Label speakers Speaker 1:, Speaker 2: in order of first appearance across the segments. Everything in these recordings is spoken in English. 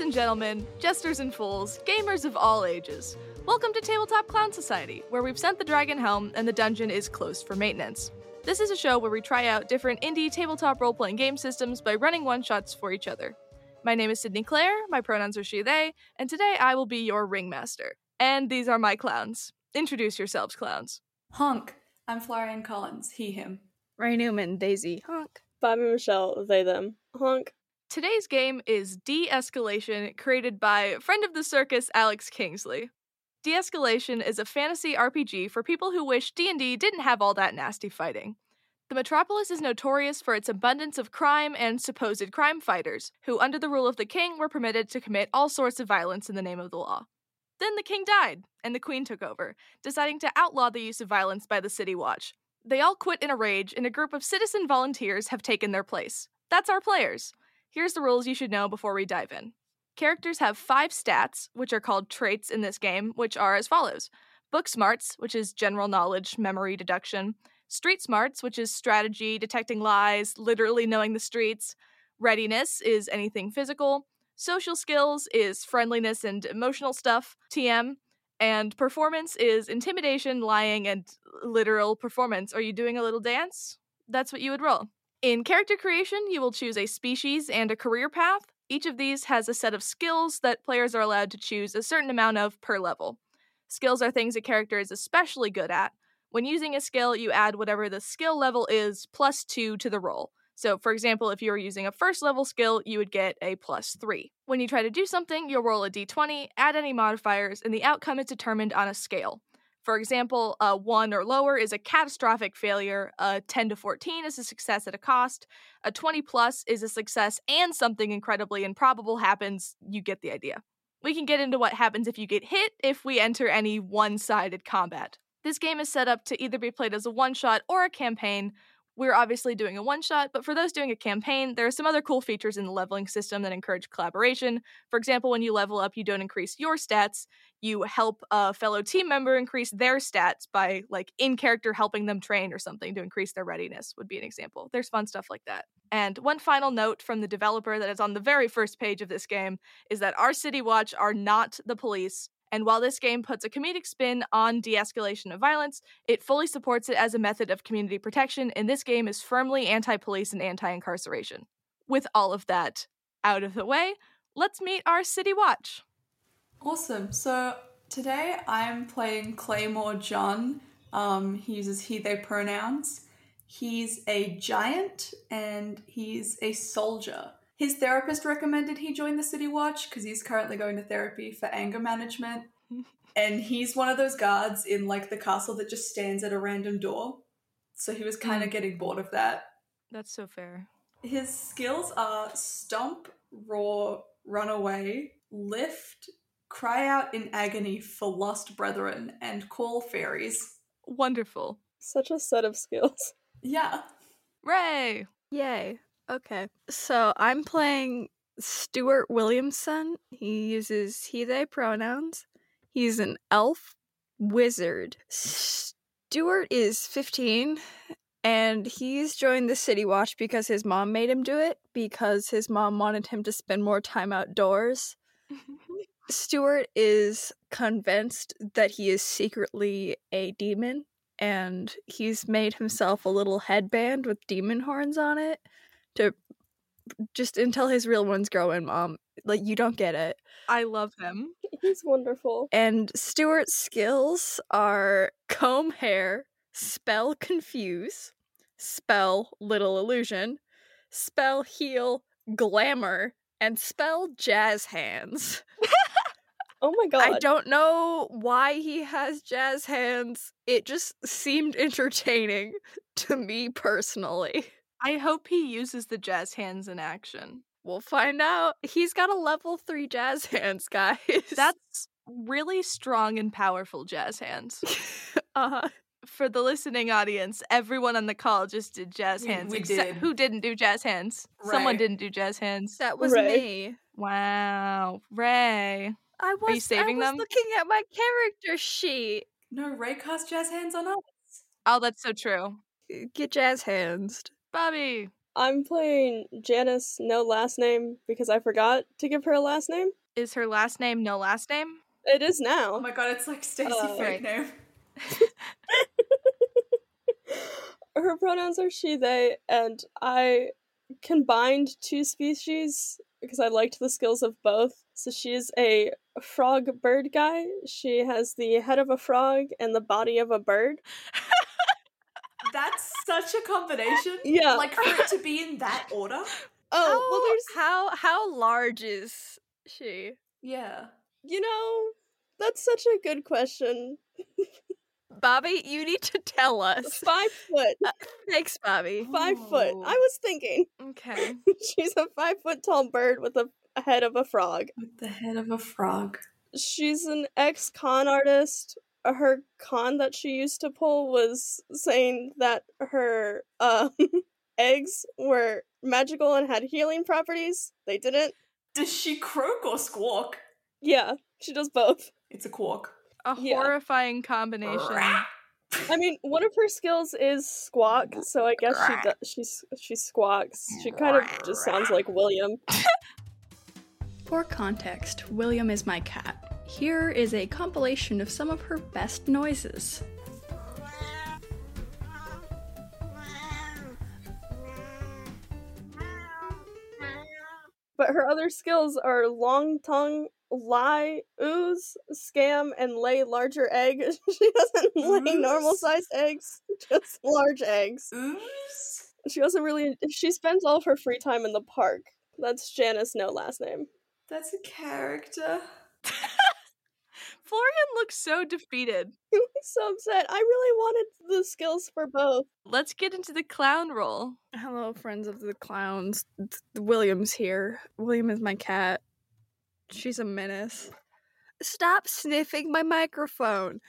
Speaker 1: and gentlemen, jesters and fools, gamers of all ages. Welcome to Tabletop Clown Society, where we've sent the dragon home and the dungeon is closed for maintenance. This is a show where we try out different indie tabletop role playing game systems by running one shots for each other. My name is Sydney Clare, my pronouns are she, they, and today I will be your ringmaster. And these are my clowns. Introduce yourselves, clowns.
Speaker 2: Honk. I'm Florian Collins. He, him.
Speaker 3: Ray Newman, Daisy, honk.
Speaker 4: Bobby Michelle, they them. Honk.
Speaker 1: Today's game is De Escalation, created by friend of the circus Alex Kingsley. De Escalation is a fantasy RPG for people who wish D&D didn't have all that nasty fighting. The Metropolis is notorious for its abundance of crime and supposed crime fighters, who, under the rule of the king, were permitted to commit all sorts of violence in the name of the law. Then the king died, and the queen took over, deciding to outlaw the use of violence by the city watch. They all quit in a rage, and a group of citizen volunteers have taken their place. That's our players. Here's the rules you should know before we dive in. Characters have five stats, which are called traits in this game, which are as follows book smarts, which is general knowledge, memory, deduction, street smarts, which is strategy, detecting lies, literally knowing the streets, readiness is anything physical, social skills is friendliness and emotional stuff, TM, and performance is intimidation, lying, and literal performance. Are you doing a little dance? That's what you would roll. In character creation, you will choose a species and a career path. Each of these has a set of skills that players are allowed to choose a certain amount of per level. Skills are things a character is especially good at. When using a skill, you add whatever the skill level is plus two to the roll. So, for example, if you were using a first level skill, you would get a plus three. When you try to do something, you'll roll a d20, add any modifiers, and the outcome is determined on a scale. For example, a 1 or lower is a catastrophic failure, a 10 to 14 is a success at a cost, a 20 plus is a success and something incredibly improbable happens. You get the idea. We can get into what happens if you get hit if we enter any one sided combat. This game is set up to either be played as a one shot or a campaign. We're obviously doing a one shot, but for those doing a campaign, there are some other cool features in the leveling system that encourage collaboration. For example, when you level up, you don't increase your stats, you help a fellow team member increase their stats by like in character helping them train or something to increase their readiness would be an example there's fun stuff like that and one final note from the developer that is on the very first page of this game is that our city watch are not the police and while this game puts a comedic spin on de-escalation of violence it fully supports it as a method of community protection and this game is firmly anti-police and anti-incarceration with all of that out of the way let's meet our city watch
Speaker 2: Awesome. So today I'm playing Claymore John. Um, he uses he, they pronouns. He's a giant and he's a soldier. His therapist recommended he join the City Watch because he's currently going to therapy for anger management. and he's one of those guards in like the castle that just stands at a random door. So he was kind of getting bored of that.
Speaker 1: that's so fair
Speaker 2: His skills are stomp, roar, run away, lift, cry out in agony for lost brethren, and call fairies.
Speaker 1: wonderful
Speaker 4: Such a set of skills.
Speaker 2: Yeah.
Speaker 1: Ray.
Speaker 3: Yay. Okay. So I'm playing Stuart Williamson. He uses he, they pronouns. He's an elf wizard. Stuart is 15 and he's joined the City Watch because his mom made him do it because his mom wanted him to spend more time outdoors. Stuart is convinced that he is secretly a demon and he's made himself a little headband with demon horns on it to just until his real ones grow in, mom. Like, you don't get it.
Speaker 1: I love him.
Speaker 4: He's wonderful.
Speaker 3: And Stuart's skills are comb hair, spell confuse, spell little illusion, spell heal, glamour, and spell jazz hands.
Speaker 4: Oh my god.
Speaker 3: I don't know why he has jazz hands. It just seemed entertaining to me personally.
Speaker 1: I hope he uses the jazz hands in action.
Speaker 3: We'll find out. He's got a level three jazz hands, guys.
Speaker 1: That's really strong and powerful jazz hands.
Speaker 3: uh,
Speaker 1: For the listening audience, everyone on the call just did jazz
Speaker 2: We-
Speaker 1: hands.
Speaker 2: we
Speaker 1: except-
Speaker 2: did.
Speaker 1: Who didn't do jazz hands? Someone
Speaker 2: Ray.
Speaker 1: didn't do jazz hands.
Speaker 3: that was
Speaker 4: Right.
Speaker 3: me.
Speaker 1: Wow, Ray.
Speaker 3: I was,
Speaker 1: saving
Speaker 3: I was
Speaker 1: them?
Speaker 3: looking at my character sheet.
Speaker 2: No, Ray cast jazz hands on us.
Speaker 1: Oh, that's so true.
Speaker 3: Get jazz hands.
Speaker 1: Bobby.
Speaker 4: I'm playing Janice, no last name, because I forgot to give her a last name.
Speaker 1: Is her last name no last name?
Speaker 4: It is
Speaker 2: Oh
Speaker 4: now.
Speaker 2: my god, it's like Stacy
Speaker 4: Uh,
Speaker 2: fake name.
Speaker 4: Her pronouns are she, they, and I combined two species because I liked the skills of both. So she's a frog bird guy. She has the head of a frog and the body of a bird.
Speaker 2: That's such a combination.
Speaker 4: Yeah.
Speaker 2: Like for it to be in that order.
Speaker 4: oh,
Speaker 3: how,
Speaker 4: well, there's
Speaker 3: how how large is she?
Speaker 2: Yeah.
Speaker 4: You know, that's such a good question.
Speaker 3: Bobby, you need to tell us.
Speaker 4: Five foot.
Speaker 3: Thanks, Bobby.
Speaker 4: Five foot.
Speaker 2: Oh.
Speaker 4: I was thinking.
Speaker 3: Okay.
Speaker 4: She's a five foot tall bird with a a head of a frog.
Speaker 2: With the head of a frog.
Speaker 4: She's an ex con artist. Her con that she used to pull was saying that her um, eggs were magical and had healing properties. They didn't.
Speaker 2: Does she croak or squawk?
Speaker 4: Yeah, she does both.
Speaker 2: It's a quark.
Speaker 1: A
Speaker 4: Yeah.
Speaker 1: horrifying combination.
Speaker 4: I mean, one of her skills is squawk, so I guess she do- she s- she squawks. She kind of just sounds like William.
Speaker 5: For context, William is my cat. Here is a compilation of some of her best noises.
Speaker 4: But her other skills are long tongue, lie, ooze, scam, and lay larger egg. she doesn't lay
Speaker 2: Ooze?
Speaker 4: normal sized eggs, just large eggs.
Speaker 2: Ooze?
Speaker 4: She doesn't really. She spends all of her free time in the park. That's Janice, no last name.
Speaker 2: That's a character.
Speaker 1: Florian looks so defeated.
Speaker 4: I'm so upset. I really wanted the skills for both.
Speaker 1: Let's get into the clown role.
Speaker 3: Hello, friends of the clowns. It's- William's here. William is my cat. She's a menace. Stop sniffing my microphone.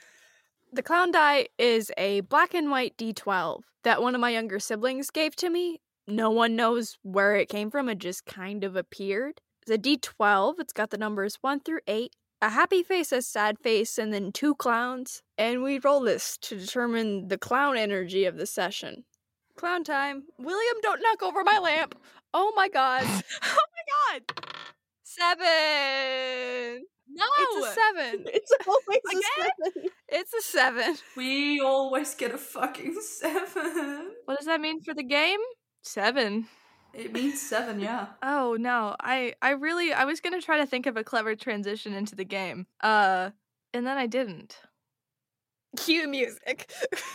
Speaker 3: The clown die is a black and white D12 that one of my younger siblings gave to me. No one knows where it came from, it just kind of appeared. It's a D12, it's got the numbers 1 through 8, a happy face, a sad face, and then two clowns. And we roll this to determine the clown energy of the session. Clown time. William, don't knock over my lamp. Oh my god.
Speaker 1: oh my god!
Speaker 3: Seven.
Speaker 1: No!
Speaker 3: It's a seven.
Speaker 4: It's always a
Speaker 3: Again?
Speaker 4: seven.
Speaker 3: It's a seven.
Speaker 2: We always get a fucking seven.
Speaker 1: what does that mean for the game? Seven.
Speaker 2: It means seven, yeah.
Speaker 1: Oh no, I I really I was gonna try to think of a clever transition into the game. Uh and then I didn't.
Speaker 3: Cue music.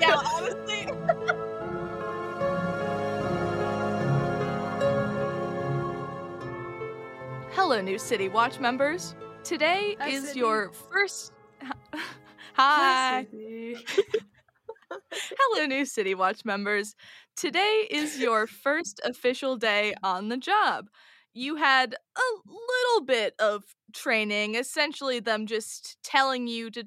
Speaker 4: Yeah, honestly.
Speaker 1: Hello, new City Watch members. Today
Speaker 3: Hi,
Speaker 1: is
Speaker 3: Sydney.
Speaker 1: your first Hi. Hello, new City Watch members. Today is your first official day on the job. You had a little bit of training, essentially, them just telling you to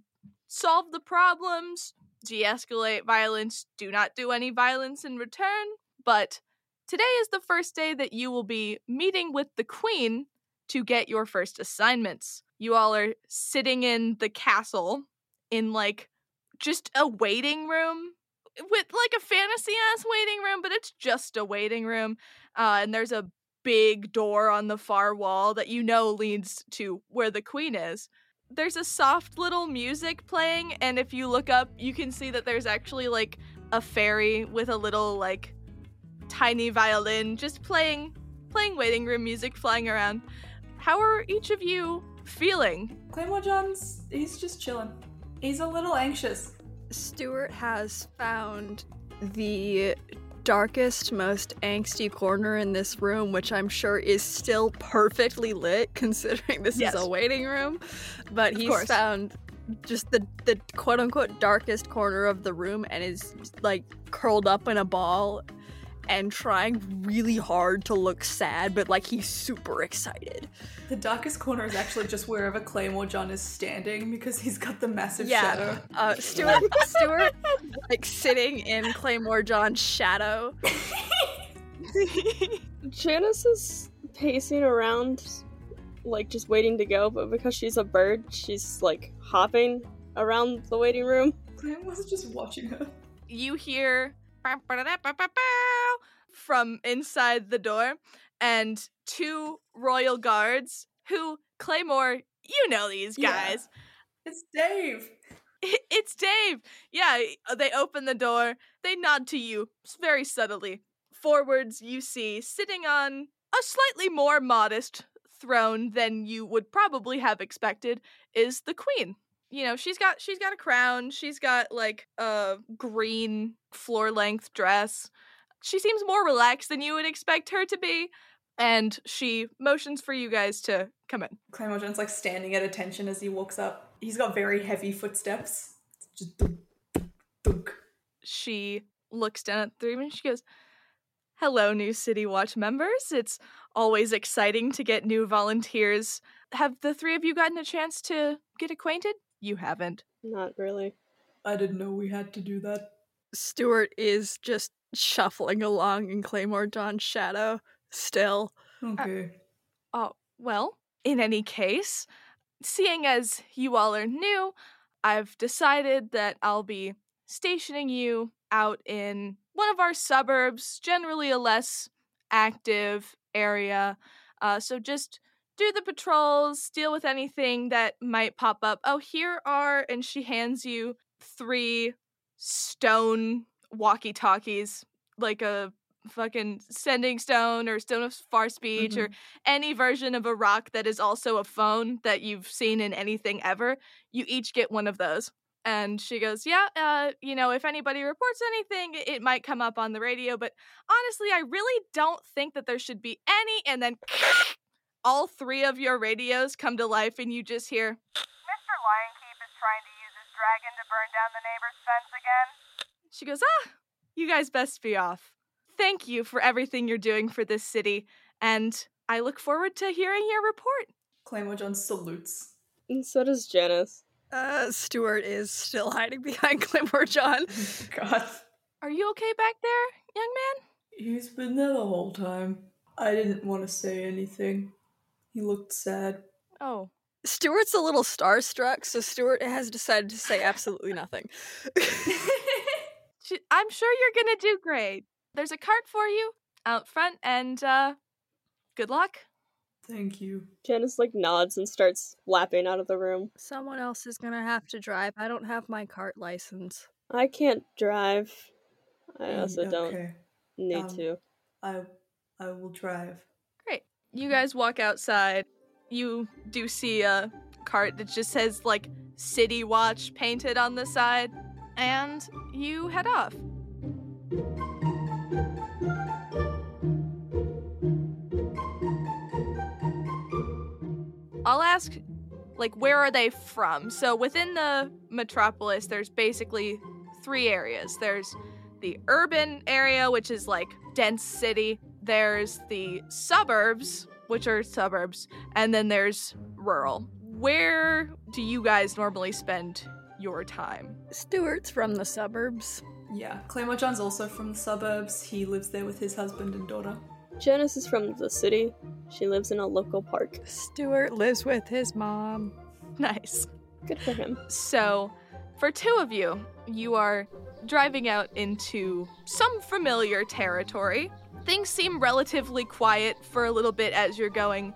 Speaker 1: solve the problems, de escalate violence, do not do any violence in return. But today is the first day that you will be meeting with the Queen to get your first assignments. You all are sitting in the castle in like just a waiting room with like a fantasy ass waiting room, but it's just a waiting room. Uh, and there's a big door on the far wall that you know leads to where the queen is. There's a soft little music playing, and if you look up, you can see that there's actually like a fairy with a little like tiny violin just playing playing waiting room music flying around. How are each of you feeling
Speaker 2: Claymore John's, he's just chilling. He's a little anxious.
Speaker 3: Stuart has found the darkest, most angsty corner in this room, which I'm sure is still perfectly lit considering this
Speaker 1: Yes.
Speaker 3: is a waiting room. But
Speaker 1: Of
Speaker 3: he's
Speaker 1: course.
Speaker 3: found just the, the quote unquote darkest corner of the room and is like curled up in a ball and trying really hard to look sad, but like he's super excited.
Speaker 2: The darkest corner is actually just wherever Claymore John is standing because he's got the massive
Speaker 3: Yeah.
Speaker 2: shadow.
Speaker 3: Uh, Stuart, Stuart, like sitting in Claymore John's shadow.
Speaker 4: Janice is pacing around, like just waiting to go, but because she's a bird, she's like hopping around the waiting room.
Speaker 2: Claymore's just watching her.
Speaker 1: you hear "Bum, ba-da-da, ba-ba-bow" from inside the door and two royal guards who Claymore, you know these
Speaker 2: Yeah.
Speaker 1: guys.
Speaker 2: It's Dave.
Speaker 1: It's Dave. Yeah, uh, they open the door. They nod to you s- very subtly. Forwards, you see, sitting on a slightly more modest throne than you would probably have expected, is the queen. You know, she's got she's got a crown. She's got like a green floor length dress. She seems more relaxed than you would expect her to be, and she motions for you guys to come in.
Speaker 2: Claymore John's like standing at attention as he walks up. He's got very heavy footsteps. It's Just thunk, thunk, thunk.
Speaker 1: she looks down at the room and she goes, Hello, new City Watch members. It's always exciting to get new volunteers. Have the three of you gotten a chance to get acquainted? You haven't.
Speaker 4: Not really.
Speaker 2: I didn't know we had to do that.
Speaker 3: Stuart is just shuffling along in Claymore Dawn's shadow still.
Speaker 2: Okay.
Speaker 1: Oh, well, in any case, seeing as you all are new, I've decided that I'll be stationing you out in one of our suburbs, generally a less active area. Uh, so just do the patrols, deal with anything that might pop up. Oh, here are, and she hands you three stone walkie talkies, like a fucking sending stone or stone of far speech or any version of a rock that is also a phone that you've seen in anything ever, you each get one of those. And she goes, Yeah, uh, you know, if anybody reports anything, it- it might come up on the radio. But honestly, I really don't think that there should be any. And then all three of your radios come to life, and you just hear,
Speaker 6: Mr. Lionkeep is trying to use his dragon to burn down the neighbor's fence again.
Speaker 1: She goes, Ah, you guys best be off. Thank you for everything you're doing for this city. And I look forward to hearing your report.
Speaker 2: Claymore John salutes.
Speaker 4: And so does Janice.
Speaker 3: Uh, Stuart is still hiding behind Claymore John.
Speaker 2: God.
Speaker 1: Are you okay back there, young man?
Speaker 2: He's been there the whole time. I didn't want to say anything. He looked sad.
Speaker 1: Oh,
Speaker 3: Stuart's a little starstruck, so Stuart has decided to say absolutely nothing.
Speaker 1: She- I'm sure you're gonna do great. There's a cart for you out front, and uh, good luck.
Speaker 2: Thank you.
Speaker 4: Janice like nods and starts lapping out of the room.
Speaker 3: Someone else is gonna have to drive. I don't have my cart license.
Speaker 4: I can't drive. I
Speaker 2: Mm,
Speaker 4: also don't
Speaker 2: okay.
Speaker 4: need
Speaker 2: Um,
Speaker 4: to.
Speaker 2: I I will drive.
Speaker 1: You guys walk outside. You do see a cart that just says like City Watch painted on the side, and you head off. I'll ask, like, where are they from? So within the metropolis, there's basically three areas. There's the urban area, which is like dense city. There's the suburbs, which are suburbs, and then there's rural. Where do you guys normally spend your time?
Speaker 3: Stuart's from the suburbs.
Speaker 2: Yeah. Claymore John's also from the suburbs. He lives there with his husband and daughter.
Speaker 4: Janice is from the city. She lives in a local park.
Speaker 3: Stuart lives with his mom.
Speaker 1: Nice.
Speaker 4: Good for him.
Speaker 1: So, for two of you, you are driving out into some familiar territory. Things seem relatively quiet for a little bit as you're going,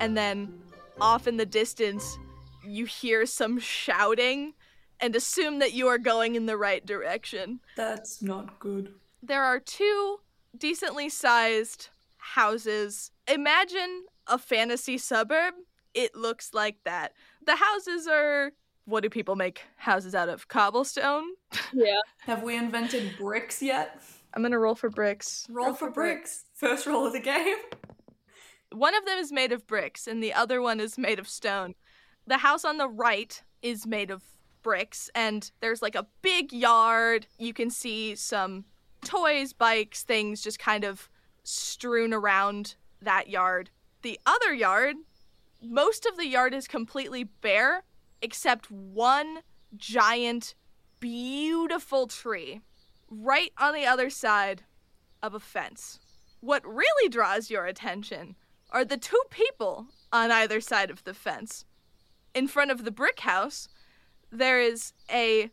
Speaker 1: and then off in the distance, you hear some shouting and assume that you are going in the right direction.
Speaker 2: That's not good.
Speaker 1: There are two decently sized houses. Imagine a fantasy suburb. It looks like that. The houses are. What do people make houses out of? Cobblestone?
Speaker 4: Yeah.
Speaker 2: Have we invented bricks yet?
Speaker 1: I'm gonna roll for bricks.
Speaker 2: Roll, for bricks. First roll of the game.
Speaker 1: One of them is made of bricks and the other one is made of stone. The house on the right is made of bricks and there's like a big yard. You can see some toys, bikes, things just kind of strewn around that yard. The other yard, most of the yard is completely bare except one giant, beautiful tree right on the other side of a fence. What really draws your attention are the two people on either side of the fence. In front of the brick house, there is a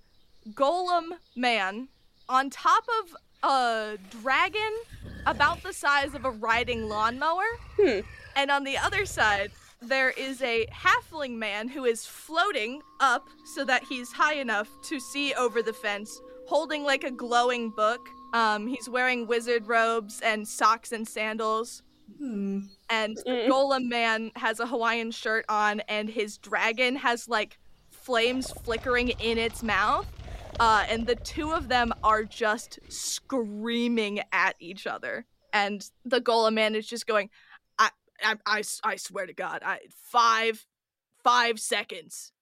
Speaker 1: golem man on top of a dragon about the size of a riding lawnmower.
Speaker 4: Hmm.
Speaker 1: And on the other side, there is a halfling man who is floating up so that he's high enough to see over the fence, holding like a glowing book. Um, he's wearing wizard robes and socks and sandals.
Speaker 2: Hmm.
Speaker 1: And the
Speaker 4: Mm.
Speaker 1: golem man has a Hawaiian shirt on, and his dragon has like flames flickering in its mouth. Uh, and the two of them are just screaming at each other. And the golem man is just going, I, I, I, s- I swear to God, I five, five seconds,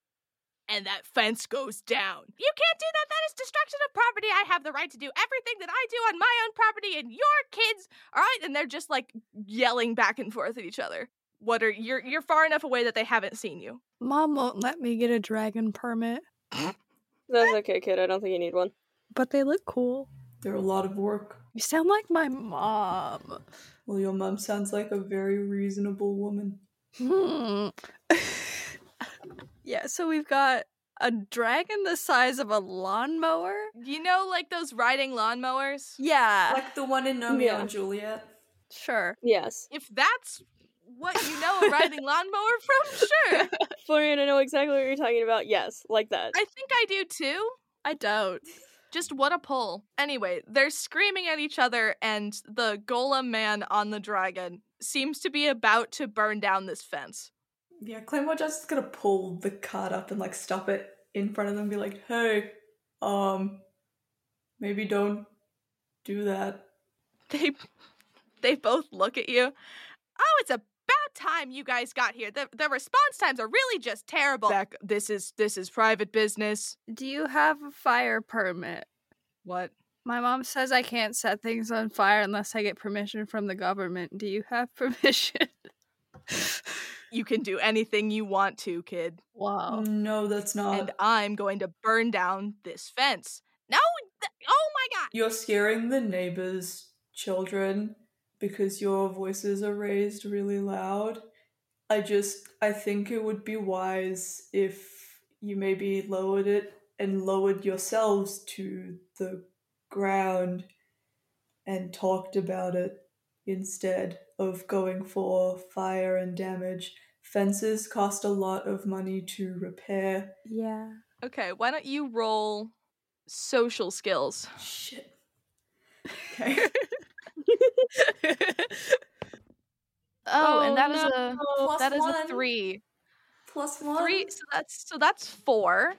Speaker 1: and that fence goes down. You can't do that. That is destruction of property. I have the right to do everything that I do on my own property, and your kids, all right? And they're just like yelling back and forth at each other. What are you're you're far enough away that they haven't seen you.
Speaker 3: Mom won't let me get a dragon permit,
Speaker 4: That's okay, kid. I don't think you need one.
Speaker 3: but they look cool.
Speaker 2: They're a lot of work.
Speaker 3: You sound like my mom.
Speaker 2: Well, your mum sounds like a very reasonable woman.
Speaker 3: Hmm. yeah, so we've got a dragon the size of a lawnmower.
Speaker 1: You know, like those riding lawnmowers.
Speaker 3: Yeah,
Speaker 2: Like the one in Romeo
Speaker 4: Yeah.
Speaker 2: and Juliet.
Speaker 3: sure.
Speaker 4: Yes.
Speaker 1: If that's what you know a riding lawnmower from, sure.
Speaker 4: Florian, I know exactly what you're talking about. Yes, like that.
Speaker 1: I think I do too.
Speaker 3: I don't.
Speaker 1: Just what a pull. Anyway, they're screaming at each other, and the golem man on the dragon seems to be about to burn down this fence.
Speaker 2: Yeah, Claymore Jess is gonna pull the card up and like stop it in front of them and be like, hey, um, maybe don't do that.
Speaker 1: They they both look at you. Oh, it's about time you guys got here. The the response times are really just terrible. Zach, this is this is private business.
Speaker 3: Do you have a fire permit?
Speaker 1: What?
Speaker 3: My mom says I can't set things on fire unless I get permission from the government. Do you have permission?
Speaker 1: You can do anything you want to, kid.
Speaker 3: wow.
Speaker 2: No, that's not.
Speaker 1: and I'm going to burn down this fence. No! th- oh my god!
Speaker 2: You're scaring the neighbors' children because your voices are raised really loud. I just I think it would be wise if you maybe lowered it and lowered yourselves to the ground and talked about it instead of going for fire and damage. Fences cost a lot of money to repair.
Speaker 3: Yeah.
Speaker 1: Okay, why don't you roll social skills?
Speaker 2: Shit. Okay.
Speaker 1: Oh, and that is
Speaker 2: Plus
Speaker 1: a that is
Speaker 2: one.
Speaker 1: a three.
Speaker 2: Plus one.
Speaker 1: Three so that's so that's four.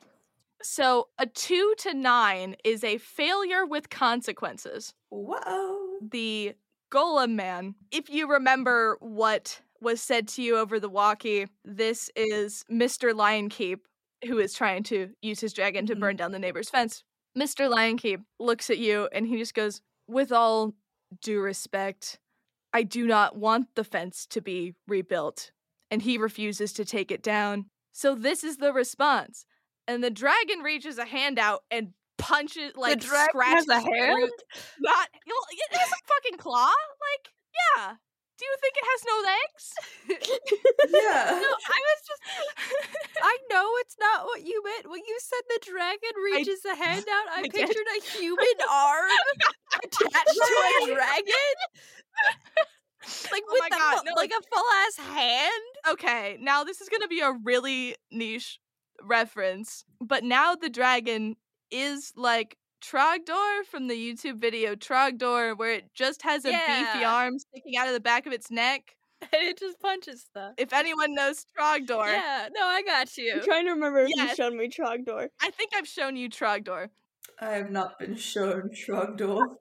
Speaker 1: So a two to nine is a failure with consequences.
Speaker 2: Whoa.
Speaker 1: The golem man, if you remember what was said to you over the walkie, this is Mr. Lionkeep, who is trying to use his dragon to
Speaker 2: Mhm.
Speaker 3: Mm-hmm.
Speaker 1: burn down the neighbor's fence. Mr. Lionkeep looks at you and he just goes, With all due respect, I do not want the fence to be rebuilt. And he refuses to take it down. So this is the response. And the dragon reaches a hand out and punches, like,
Speaker 3: dragon has
Speaker 1: scratches
Speaker 3: a
Speaker 1: through-
Speaker 3: hand?
Speaker 1: Not, you know, it has a fucking claw. Like, yeah. Do you think it has no legs?
Speaker 2: yeah.
Speaker 3: No, I was just. I know it's not what you meant. When you said the dragon reaches a hand out, I,
Speaker 1: I did.
Speaker 3: pictured a human arm attached to a dragon, like
Speaker 1: Oh
Speaker 3: with
Speaker 1: my
Speaker 3: the
Speaker 1: God,
Speaker 3: full-
Speaker 1: no,
Speaker 3: like a full ass hand.
Speaker 1: okay, now this is going to be a really niche reference, but now the dragon is like Trogdor from the YouTube video Trogdor, where it just has a beefy
Speaker 3: Yeah.
Speaker 1: arm sticking out of the back of its neck.
Speaker 3: and it just punches stuff.
Speaker 1: If anyone knows Trogdor,
Speaker 3: Yeah, no, I got you.
Speaker 4: I'm trying to remember if you
Speaker 1: Yes.
Speaker 4: showed me Trogdor.
Speaker 1: I think I've shown you Trogdor.
Speaker 2: I have not been shown Shrugdor.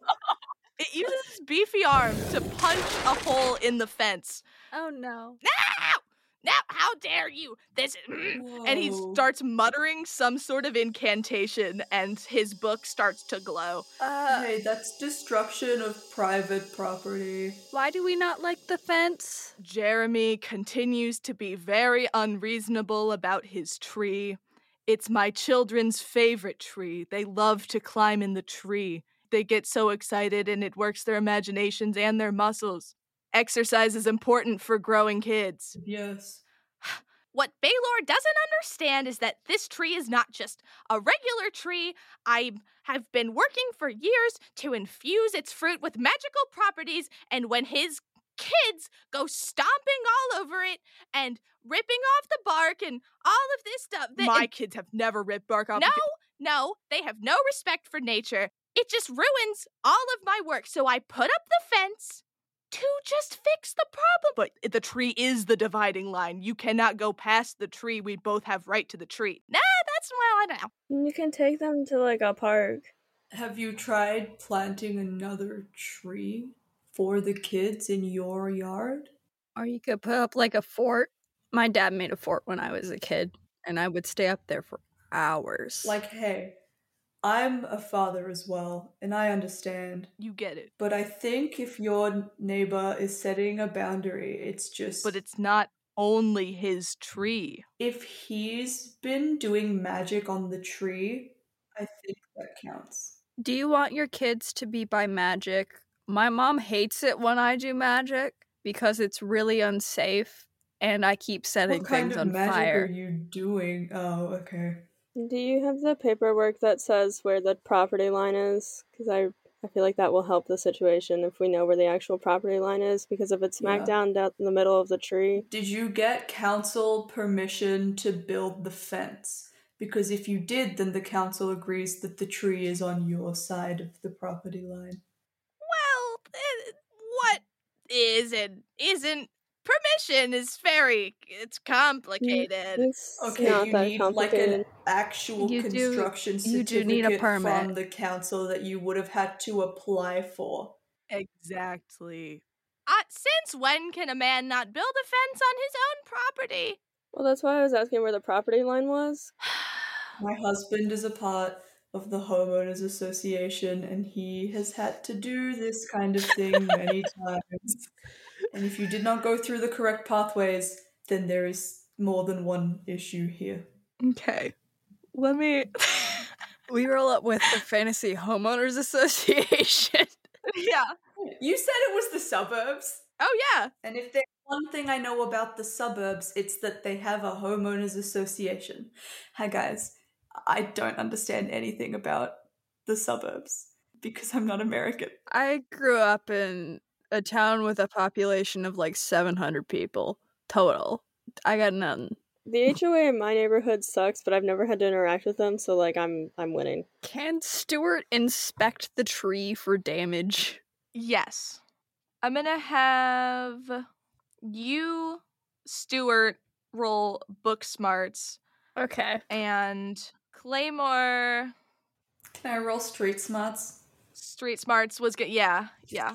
Speaker 1: It uses its beefy arm to punch a hole in the fence.
Speaker 3: Oh no.
Speaker 1: Now! Now, how dare you? This mm," and he
Speaker 2: Whoa.
Speaker 1: starts muttering some sort of incantation and his book starts to glow.
Speaker 3: Uh,
Speaker 2: Hey, that's destruction of private property.
Speaker 3: why do we not like the fence?
Speaker 1: Jeremy continues to be very unreasonable about his tree. It's my children's favorite tree. They love to climb in the tree. They get so excited and it works their imaginations and their muscles. Exercise is important for growing kids.
Speaker 2: Yes.
Speaker 5: What Baylor doesn't understand is that this tree is not just a regular tree. I have been working for years to infuse its fruit with magical properties, and when his kids go stomping all over it and ripping off the bark and all of this stuff, that
Speaker 1: My kids have never ripped bark off.
Speaker 5: no, no, they have no respect for nature. It just ruins all of my work. So I put up the fence to just fix the problem.
Speaker 1: But the tree is the dividing line. You cannot go past the tree. We both have right to the tree.
Speaker 5: Nah, that's well, I don't know.
Speaker 4: You can take them to like a park.
Speaker 2: Have you tried planting another tree for the kids in your yard?
Speaker 3: Or you could put up like a fort. My dad made a fort when I was a kid, and I would stay up there for hours.
Speaker 2: Like, hey, I'm a father as well, and I understand.
Speaker 1: You get it.
Speaker 2: But I think if your neighbor is setting a boundary, it's just
Speaker 1: But it's not only his tree.
Speaker 2: if he's been doing magic on the tree, I think that counts.
Speaker 3: do you want your kids to be by magic? My mom hates it when I do magic because it's really unsafe and I keep setting
Speaker 2: what kind
Speaker 3: things
Speaker 2: of
Speaker 3: on
Speaker 2: magic
Speaker 3: fire.
Speaker 2: are you doing? Oh, okay.
Speaker 4: Do you have the paperwork that says where the property line is? Because I, I feel like that will help the situation if we know where the actual property line is. Because if it's smack
Speaker 2: Yeah.
Speaker 4: down down in the middle of the tree,
Speaker 2: Did you get council permission to build the fence? Because if you did, then the council agrees that the tree is on your side of the property line.
Speaker 5: Well, eh, what is and isn't permission is very it's complicated.
Speaker 4: it's
Speaker 2: Okay,
Speaker 4: not
Speaker 2: you
Speaker 4: that
Speaker 2: need like
Speaker 4: complicated.
Speaker 2: an actual
Speaker 3: You do-
Speaker 2: construction
Speaker 3: you do need a
Speaker 2: certificate from
Speaker 3: permit.
Speaker 2: the council that you would have had to apply for.
Speaker 1: Exactly.
Speaker 5: Uh, since when can a man not build a fence on his own property?
Speaker 4: well, that's why I was asking where the property line was.
Speaker 2: My husband is a part of the homeowners association and he has had to do this kind of thing many times. And if you did not go through the correct pathways, then there is more than one issue here.
Speaker 1: Okay. Let me.
Speaker 3: we roll up with the Fantasy Homeowners Association.
Speaker 5: yeah.
Speaker 2: You said it was the suburbs.
Speaker 5: Oh yeah.
Speaker 2: And if there's one thing I know about the suburbs, it's that they have a homeowners association. Hi guys, I don't understand anything about the suburbs because I'm not American.
Speaker 3: I grew up in a town with a population of like 700 people total. I got none.
Speaker 4: The HOA in my neighborhood sucks, but I've never had to interact with them, so like I'm I'm winning.
Speaker 3: Can Stuart inspect the tree for damage?
Speaker 5: Yes. I'm gonna have you, Stuart, roll book smarts
Speaker 3: Okay.
Speaker 5: and Claymore
Speaker 2: Can I roll street smarts?
Speaker 5: street smarts was good. Yeah, yeah.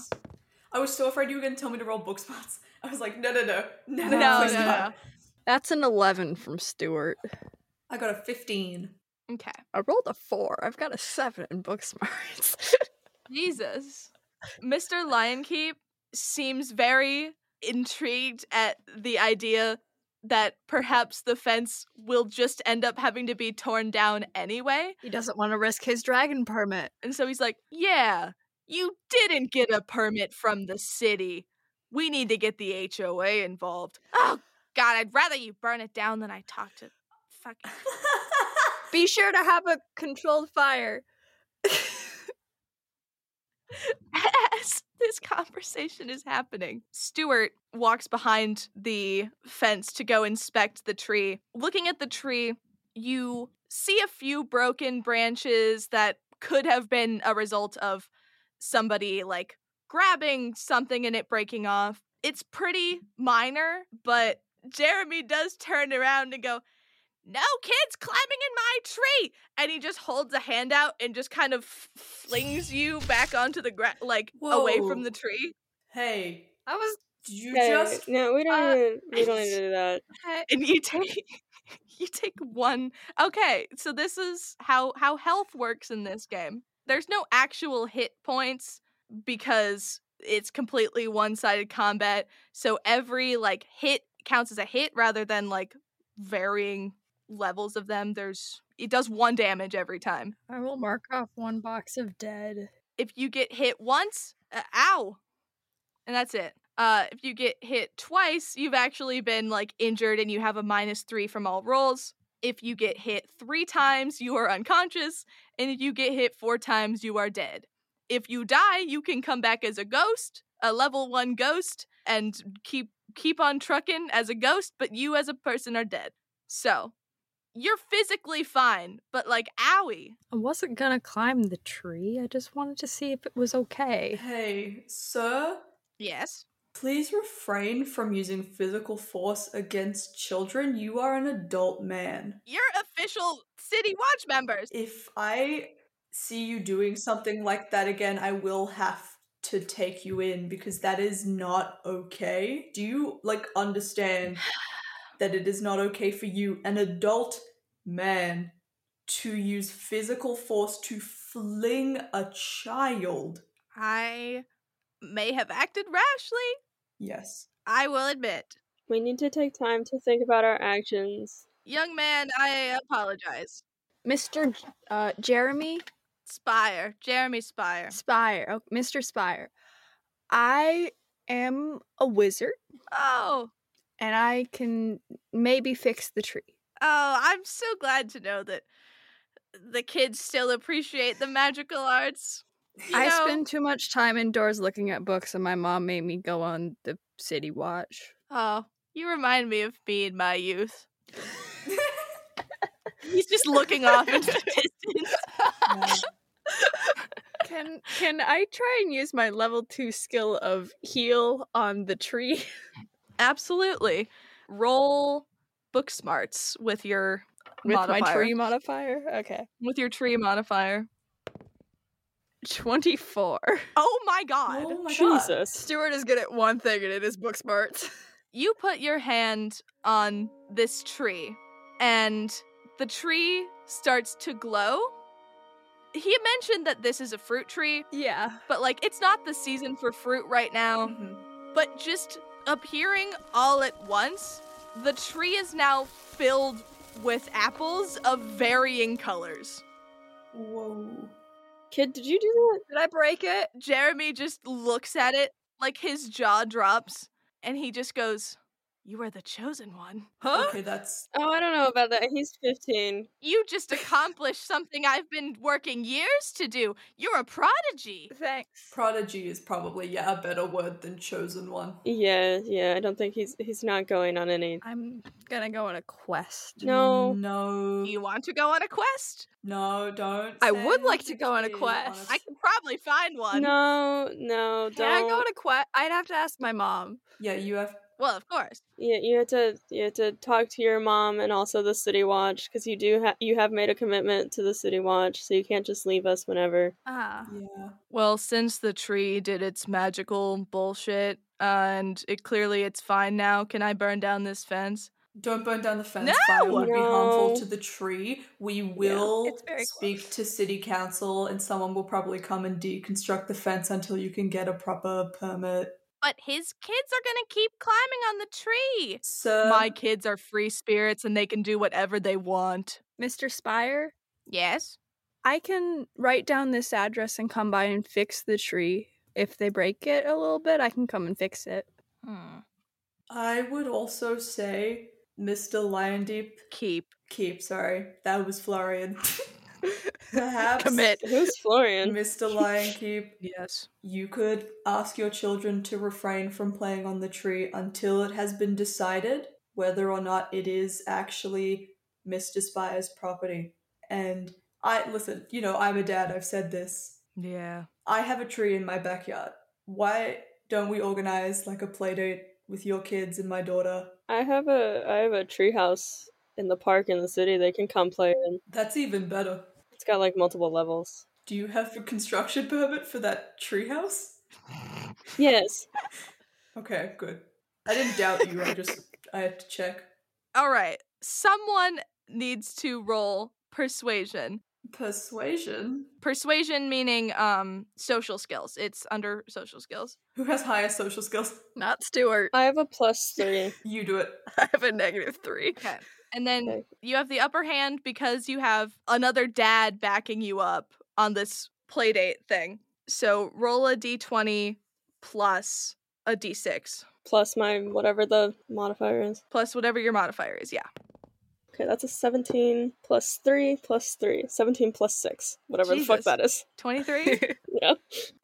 Speaker 2: I was so afraid you were going to tell me to roll book smarts. I was like, no, no, no, no,
Speaker 5: No,
Speaker 2: no,
Speaker 5: no,
Speaker 2: please
Speaker 5: no.
Speaker 2: not.
Speaker 3: That's an 11 from Stuart.
Speaker 2: I got a fifteen.
Speaker 5: Okay.
Speaker 3: I rolled a four. I've got a seven in book smarts.
Speaker 5: Jesus. Mr. Lionkeep seems very intrigued at the idea that perhaps the fence will just end up having to be torn down anyway.
Speaker 3: he doesn't want to risk his dragon permit.
Speaker 5: And so he's like, Yeah, you didn't get a permit from the city. We need to get the HOA involved. Oh, God, I'd rather you burn it down than I talk to fucking.
Speaker 3: Be sure to have a controlled fire.
Speaker 5: as this conversation is happening, Stuart walks behind the fence to go inspect the tree. Looking at the tree, you see a few broken branches that could have been a result of somebody like grabbing something and it breaking off. It's pretty minor, but Jeremy does turn around and go, no kids climbing in my tree and he just holds a hand out and just kind of f- flings you back onto the ground, like away from
Speaker 2: Whoa.
Speaker 5: the tree.
Speaker 2: hey,
Speaker 3: I was
Speaker 2: did you
Speaker 4: Okay,
Speaker 2: just?
Speaker 4: no, we don't
Speaker 5: uh,
Speaker 4: even, we don't need to do that.
Speaker 5: And you take you take one. Okay, so this is how how health works in this game. There's no actual hit points because it's completely one-sided combat. So every like hit counts as a hit rather than like varying levels of them. There's it does one damage every time.
Speaker 3: I will mark off one box of dead.
Speaker 5: if you get hit once, uh, ow, and that's it. Uh, if you get hit twice, you've actually been like injured and you have a minus three from all rolls. If you get hit three times, you are unconscious. And if you get hit four times, you are dead. If you die, you can come back as a ghost, a level one ghost, and keep keep on trucking as a ghost, but you as a person are dead. So you're physically fine, but like owie.
Speaker 7: I wasn't gonna climb the tree. I just wanted to see if it was okay.
Speaker 2: Hey, sir,
Speaker 5: Yes.
Speaker 2: please refrain from using physical force against children. You are an adult man.
Speaker 5: You're official City Watch members.
Speaker 2: If I see you doing something like that again, I will have to take you in because that is not okay. Do you like understand that it is not okay for you, an adult man, to use physical force to fling a child?
Speaker 5: I may have acted rashly,
Speaker 2: Yes.
Speaker 5: I will admit.
Speaker 4: We need to take time to think about our actions.
Speaker 5: Young man, I apologize.
Speaker 3: Mr. J- Uh, Jeremy
Speaker 5: Spire, Jeremy Spire.
Speaker 3: Spire. Oh, Mr. Spire. I am a wizard
Speaker 5: Oh,
Speaker 3: and I can maybe fix the tree.
Speaker 5: oh, I'm so glad to know that the kids still appreciate the magical arts. You
Speaker 3: I
Speaker 5: know-
Speaker 3: spend too much time indoors looking at books, and my mom made me go on the city watch.
Speaker 5: Oh, you remind me of me in my youth. He's just looking off into the distance.
Speaker 2: No.
Speaker 3: Can can I try and use my level two skill of heal on the tree?
Speaker 5: Absolutely. Roll book smarts with your
Speaker 3: With my
Speaker 5: modifier.
Speaker 3: tree modifier? Okay.
Speaker 5: with your tree modifier.
Speaker 3: 24.
Speaker 5: Oh my god.
Speaker 2: oh my god.
Speaker 4: Jesus.
Speaker 3: Stuart is good at one thing, and it is book smarts.
Speaker 5: You put your hand on this tree, and the tree starts to glow. He mentioned that this is a fruit tree,
Speaker 3: Yeah.
Speaker 5: but like it's not the season for fruit right now.
Speaker 2: Mhm.
Speaker 5: But just appearing all at once, the tree is now filled with apples of varying colors.
Speaker 2: Whoa.
Speaker 4: Kid, did you do
Speaker 3: Did I break it?
Speaker 5: Jeremy just looks at it, like his jaw drops, and he just goes, You are the chosen one. Huh?
Speaker 2: Okay, that's
Speaker 4: that? Oh, I don't know about that. He's 15.
Speaker 5: You just accomplished something I've been working years to do. You're a prodigy.
Speaker 3: Thanks.
Speaker 2: prodigy is probably yeah a better word than chosen one.
Speaker 4: Yeah, yeah, I don't think he's he's not going on any.
Speaker 3: I'm gonna go on a quest.
Speaker 4: No.
Speaker 2: No.
Speaker 5: Do you want to go on a quest?
Speaker 2: No, don't.
Speaker 3: I would
Speaker 2: send
Speaker 3: like to
Speaker 2: the
Speaker 3: go on a
Speaker 2: kid
Speaker 3: quest.
Speaker 5: I can probably find one.
Speaker 4: No, no, don't.
Speaker 3: Can I go on a quest? I'd have to ask my mom.
Speaker 2: Yeah, you have.
Speaker 5: Well, of course.
Speaker 4: Yeah, you have to you have to talk to your mom and also the City Watch because you do ha- you have made a commitment to the City Watch, so you can't just leave us whenever.
Speaker 3: Ah.
Speaker 2: Yeah.
Speaker 5: Well, since the tree did its magical bullshit, uh, and it clearly it's fine now, can I burn down this fence?
Speaker 2: Don't burn down the fence.
Speaker 5: No!
Speaker 2: Fire would be harmful
Speaker 4: No.
Speaker 2: to the tree. We will
Speaker 3: It's very
Speaker 2: speak
Speaker 3: close.
Speaker 2: to city council, and someone will probably come and deconstruct the fence until you can get a proper permit.
Speaker 5: But his kids are gonna keep climbing on the tree.
Speaker 1: Uh
Speaker 2: So
Speaker 5: My kids are free spirits and they can do whatever they want.
Speaker 3: Mr. Spire,
Speaker 5: Yes.
Speaker 3: I can write down this address and come by and fix the tree. If they break it a little bit, I can come and fix it.
Speaker 5: Hmm.
Speaker 2: I would also say, Mister Lion Deep,
Speaker 5: Keep.
Speaker 2: keep. Sorry, that was Florian. Perhaps
Speaker 4: Who's Florian?
Speaker 2: Mister Lion Keep
Speaker 5: Yes.
Speaker 2: You could ask your children to refrain from playing on the tree until it has been decided whether or not it is actually Mr. Spire's property. And I, listen, you know, I'm a dad, I've said this.
Speaker 5: Yeah.
Speaker 2: I have a tree in my backyard. Why don't we organize like a play date with your kids and my daughter?
Speaker 4: I have a I have a treehouse in the park in the city. They can come play in.
Speaker 2: That's even better.
Speaker 4: It's got like multiple levels.
Speaker 2: Do you have a construction permit for that treehouse?
Speaker 4: Yes.
Speaker 2: Okay, good. I didn't doubt you, I just, I had to check.
Speaker 5: All right. Someone needs to roll persuasion.
Speaker 2: Persuasion?
Speaker 5: Persuasion meaning um social skills. It's under social skills.
Speaker 2: Who has higher social skills?
Speaker 3: Not Stuart.
Speaker 4: I have a plus three.
Speaker 2: You do it.
Speaker 3: I have a negative three.
Speaker 5: Okay. And then
Speaker 4: Okay.
Speaker 5: you have the upper hand because you have another dad backing you up on this playdate thing. So roll a d20 plus
Speaker 1: a d6
Speaker 4: Plus my whatever the modifier is.
Speaker 1: plus whatever your modifier is. Yeah.
Speaker 4: Okay, that's a 17 plus 3 plus 3. 17 plus 6. Whatever the
Speaker 1: Jesus.
Speaker 4: fuck that is.
Speaker 1: 23?
Speaker 4: Yeah.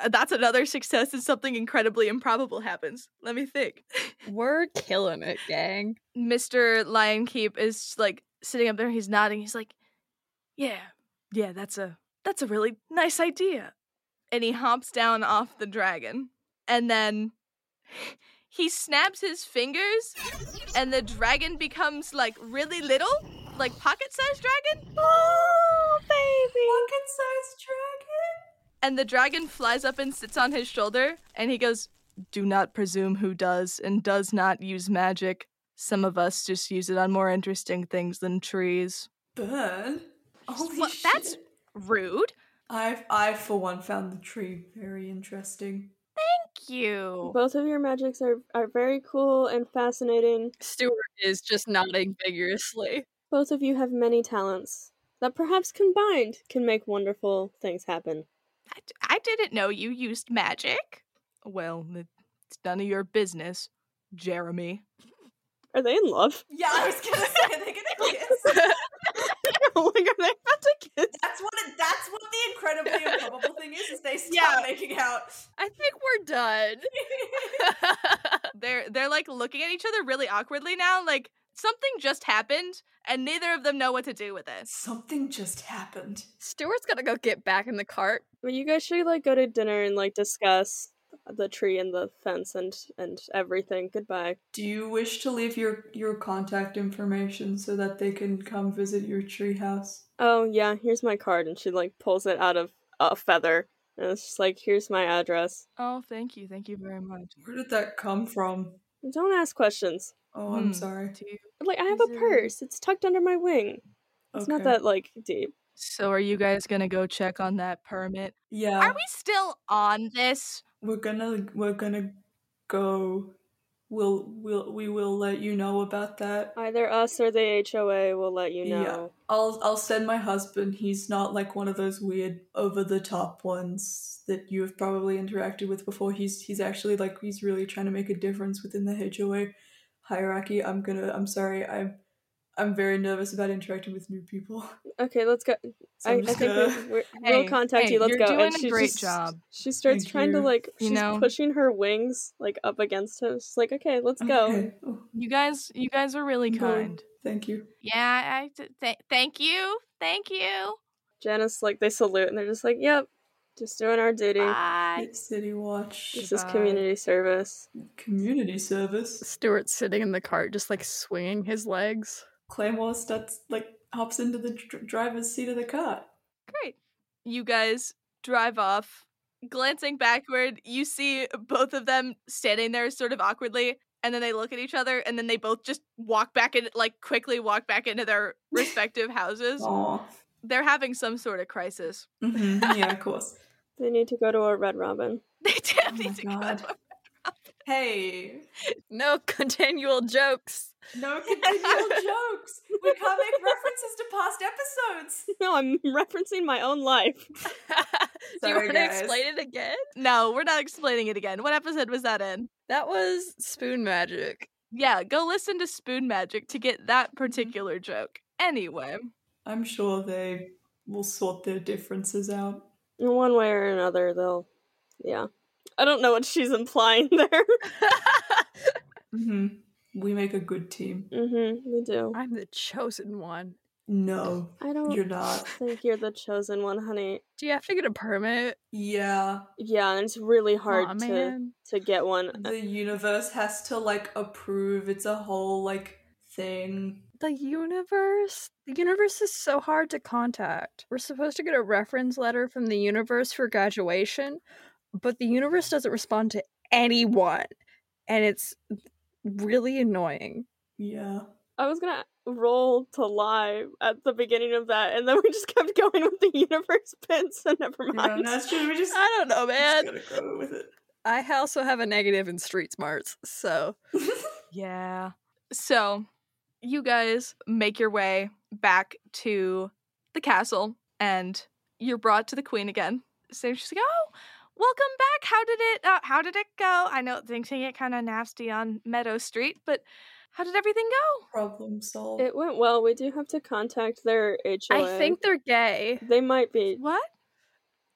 Speaker 1: Uh, That's another success and something incredibly improbable happens. Let me think.
Speaker 8: We're killing it, gang.
Speaker 1: Mr. Lionkeep is like sitting up there, he's nodding. He's like, "Yeah. Yeah, that's a that's a really nice idea." And he hops down off the dragon. And then he snaps his fingers and the dragon becomes like really little, like pocket-sized dragon.
Speaker 2: Oh, baby! Pocket sized dragon?
Speaker 1: And the dragon flies up and sits on his shoulder, and he goes, Do not presume who does and does not use magic. Some of us just use it on more interesting things than trees.
Speaker 2: Bird? Holy
Speaker 1: Well,
Speaker 2: shit.
Speaker 1: that's rude.
Speaker 2: I've, I, for one, found the tree very interesting.
Speaker 1: Thank you.
Speaker 4: Both of your magics are, are very cool and fascinating.
Speaker 3: Stuart is just nodding vigorously.
Speaker 4: Both of you have many talents that perhaps combined can make wonderful things happen.
Speaker 1: I, I didn't know you used magic. Well, it's none of your business, Jeremy.
Speaker 4: Are they in love?
Speaker 2: Yeah, I was gonna say, are they gonna kiss?
Speaker 3: oh my god, I have to kiss.
Speaker 2: That's what it, that's what the incredibly improbable thing is, is they start
Speaker 3: Yeah.
Speaker 2: making out.
Speaker 3: I think we're done.
Speaker 1: They're they're like looking at each other really awkwardly now, like something just happened and neither of them know what to do with it.
Speaker 2: Something just happened.
Speaker 3: Stuart's gotta go get back in the cart.
Speaker 4: Well, you guys should like go to dinner and like discuss the tree and the fence and and everything. Goodbye.
Speaker 2: Do you wish to leave your, your contact information so that they can come visit your tree house?
Speaker 4: Oh yeah, here's my card, and she like pulls it out of a feather, and it's just like, here's my address.
Speaker 1: Oh, thank you. Thank you very much.
Speaker 2: Where did that come from?
Speaker 4: Don't ask questions.
Speaker 2: Oh, I'm
Speaker 1: Hmm.
Speaker 2: sorry.
Speaker 1: Do you-
Speaker 4: Like I have
Speaker 1: Is
Speaker 4: a
Speaker 1: it-
Speaker 4: purse. It's tucked under my wing. It's not
Speaker 2: Okay.
Speaker 4: that like deep.
Speaker 1: So are you guys gonna go check on that permit?
Speaker 2: Yeah.
Speaker 1: Are we still on this?
Speaker 2: we're gonna we're gonna go we'll we'll we will let you know about that
Speaker 4: Either us or the HOA will let you
Speaker 2: Yeah.
Speaker 4: know.
Speaker 2: i'll i'll send my husband he's not like one of those weird over the top ones that you've probably interacted with before he's he's actually like he's really trying to make a difference within the hoa hierarchy i'm gonna i'm sorry i'm i'm very nervous about interacting with new people
Speaker 4: Okay, let's go.
Speaker 2: so
Speaker 4: I,
Speaker 2: I'm
Speaker 4: I
Speaker 2: just
Speaker 4: think
Speaker 2: gonna-
Speaker 4: we, we're, we'll
Speaker 1: Hey,
Speaker 4: contact
Speaker 1: hey,
Speaker 4: you. Let's
Speaker 1: you're
Speaker 4: go.
Speaker 1: doing
Speaker 4: and
Speaker 1: a
Speaker 4: she
Speaker 1: great
Speaker 4: just-
Speaker 1: job.
Speaker 4: She starts
Speaker 2: Thank
Speaker 4: trying to
Speaker 2: you.
Speaker 4: like
Speaker 1: You
Speaker 4: she's
Speaker 1: know?
Speaker 4: pushing her wings like up against him. She's like, okay, let's go.
Speaker 2: Okay. Oh,
Speaker 1: You guys, you guys are really
Speaker 2: I'm going.
Speaker 1: kind.
Speaker 2: thank you
Speaker 1: Yeah, I th- th- thank you, thank you.
Speaker 4: Janice like they salute and they're just like, yep, just doing our duty.
Speaker 1: Bye.
Speaker 2: city watch
Speaker 4: This is
Speaker 1: Goodbye.
Speaker 4: community service.
Speaker 2: community service
Speaker 8: Stuart's sitting in the cart, just like swinging his legs.
Speaker 2: Claymore starts like hops into the dr- driver's seat of the car.
Speaker 1: Great. You guys drive off. Glancing backward, you see both of them standing there sort of awkwardly, and then they look at each other, and then they both just walk back in, like quickly walk back into their respective houses.
Speaker 2: Aww.
Speaker 1: They're having some sort of crisis.
Speaker 2: Mm-hmm. Yeah, of course.
Speaker 4: They need to go to a Red Robin.
Speaker 1: They do
Speaker 2: Oh my
Speaker 1: need to go
Speaker 2: God.
Speaker 1: to a
Speaker 2: Hey,
Speaker 8: No continual jokes.
Speaker 2: no continual jokes. We can't make references to past episodes.
Speaker 4: No, I'm referencing my own life.
Speaker 8: Do you
Speaker 2: Sorry,
Speaker 8: want to
Speaker 2: guys.
Speaker 8: explain it again?
Speaker 1: No, we're not explaining it again. What episode was that in?
Speaker 8: That was spoon magic.
Speaker 1: Yeah, go listen to Spoon Magic to get that
Speaker 4: Mm-hmm.
Speaker 1: particular joke. Anyway,
Speaker 2: I'm sure they will sort their differences out.
Speaker 4: In one way or another, they'll. Yeah, I don't know what she's implying there.
Speaker 2: hmm We make a good team.
Speaker 4: mm-hmm, we do.
Speaker 8: I'm the chosen one.
Speaker 2: No,
Speaker 4: I don't
Speaker 2: you're not.
Speaker 4: think you're the chosen one, honey.
Speaker 8: Do you have to get a permit?
Speaker 2: Yeah,
Speaker 4: Yeah, and it's really hard
Speaker 8: Aw,
Speaker 4: to
Speaker 8: man.
Speaker 4: to get one.
Speaker 2: the universe has to like approve. It's a whole like thing.
Speaker 8: The universe? The universe is so hard to contact. We're supposed to get a reference letter from the universe for graduation, but the universe doesn't respond to anyone. And it's really annoying.
Speaker 2: Yeah.
Speaker 4: I was gonna roll to lie at the beginning of that, and then we just kept going with the universe bit. So never
Speaker 2: Yeah,
Speaker 4: mind.
Speaker 2: that's true. We just,
Speaker 8: I don't know,
Speaker 2: just
Speaker 8: man.
Speaker 2: gotta go with it.
Speaker 8: I also have a negative in street smarts, so
Speaker 1: yeah. So, you guys make your way back to the castle and you're brought to the queen again. So she's like, "Oh, Welcome back. How did it? Uh, how did it go? I know things can get kind of nasty on Meadow Street, but how did everything go?
Speaker 2: Problem solved.
Speaker 4: It went well. We do have to contact their HOA.
Speaker 8: I think they're gay.
Speaker 4: they might be.
Speaker 1: What?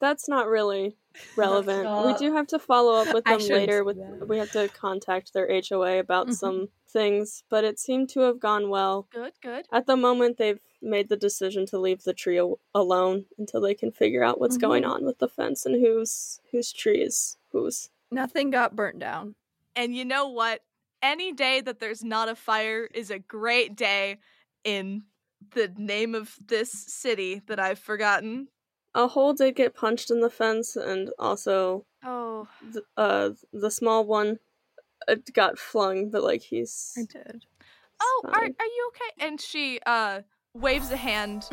Speaker 4: That's not really relevant.
Speaker 2: not-
Speaker 4: We do have to follow up with
Speaker 8: I
Speaker 4: them
Speaker 8: shouldn't
Speaker 4: later.
Speaker 8: say
Speaker 4: With
Speaker 8: that.
Speaker 4: we have to contact their HOA about
Speaker 1: Mhm.
Speaker 4: some things, but it seemed to have gone well.
Speaker 1: Good, good.
Speaker 4: At the moment, they've made the decision to leave the tree al- alone until they can figure out what's going on with the fence and whose whose tree is whose.
Speaker 8: Nothing got burnt down.
Speaker 1: And you know what? Any day that there's not a fire is a great day in the name of this city that I've forgotten.
Speaker 4: A hole did get punched in the fence, and also
Speaker 1: Oh,
Speaker 4: th- uh, the small one uh, got flung, but like he's
Speaker 8: I did.
Speaker 1: oh, are are
Speaker 4: fine.
Speaker 1: you okay? And she uh waves a hand,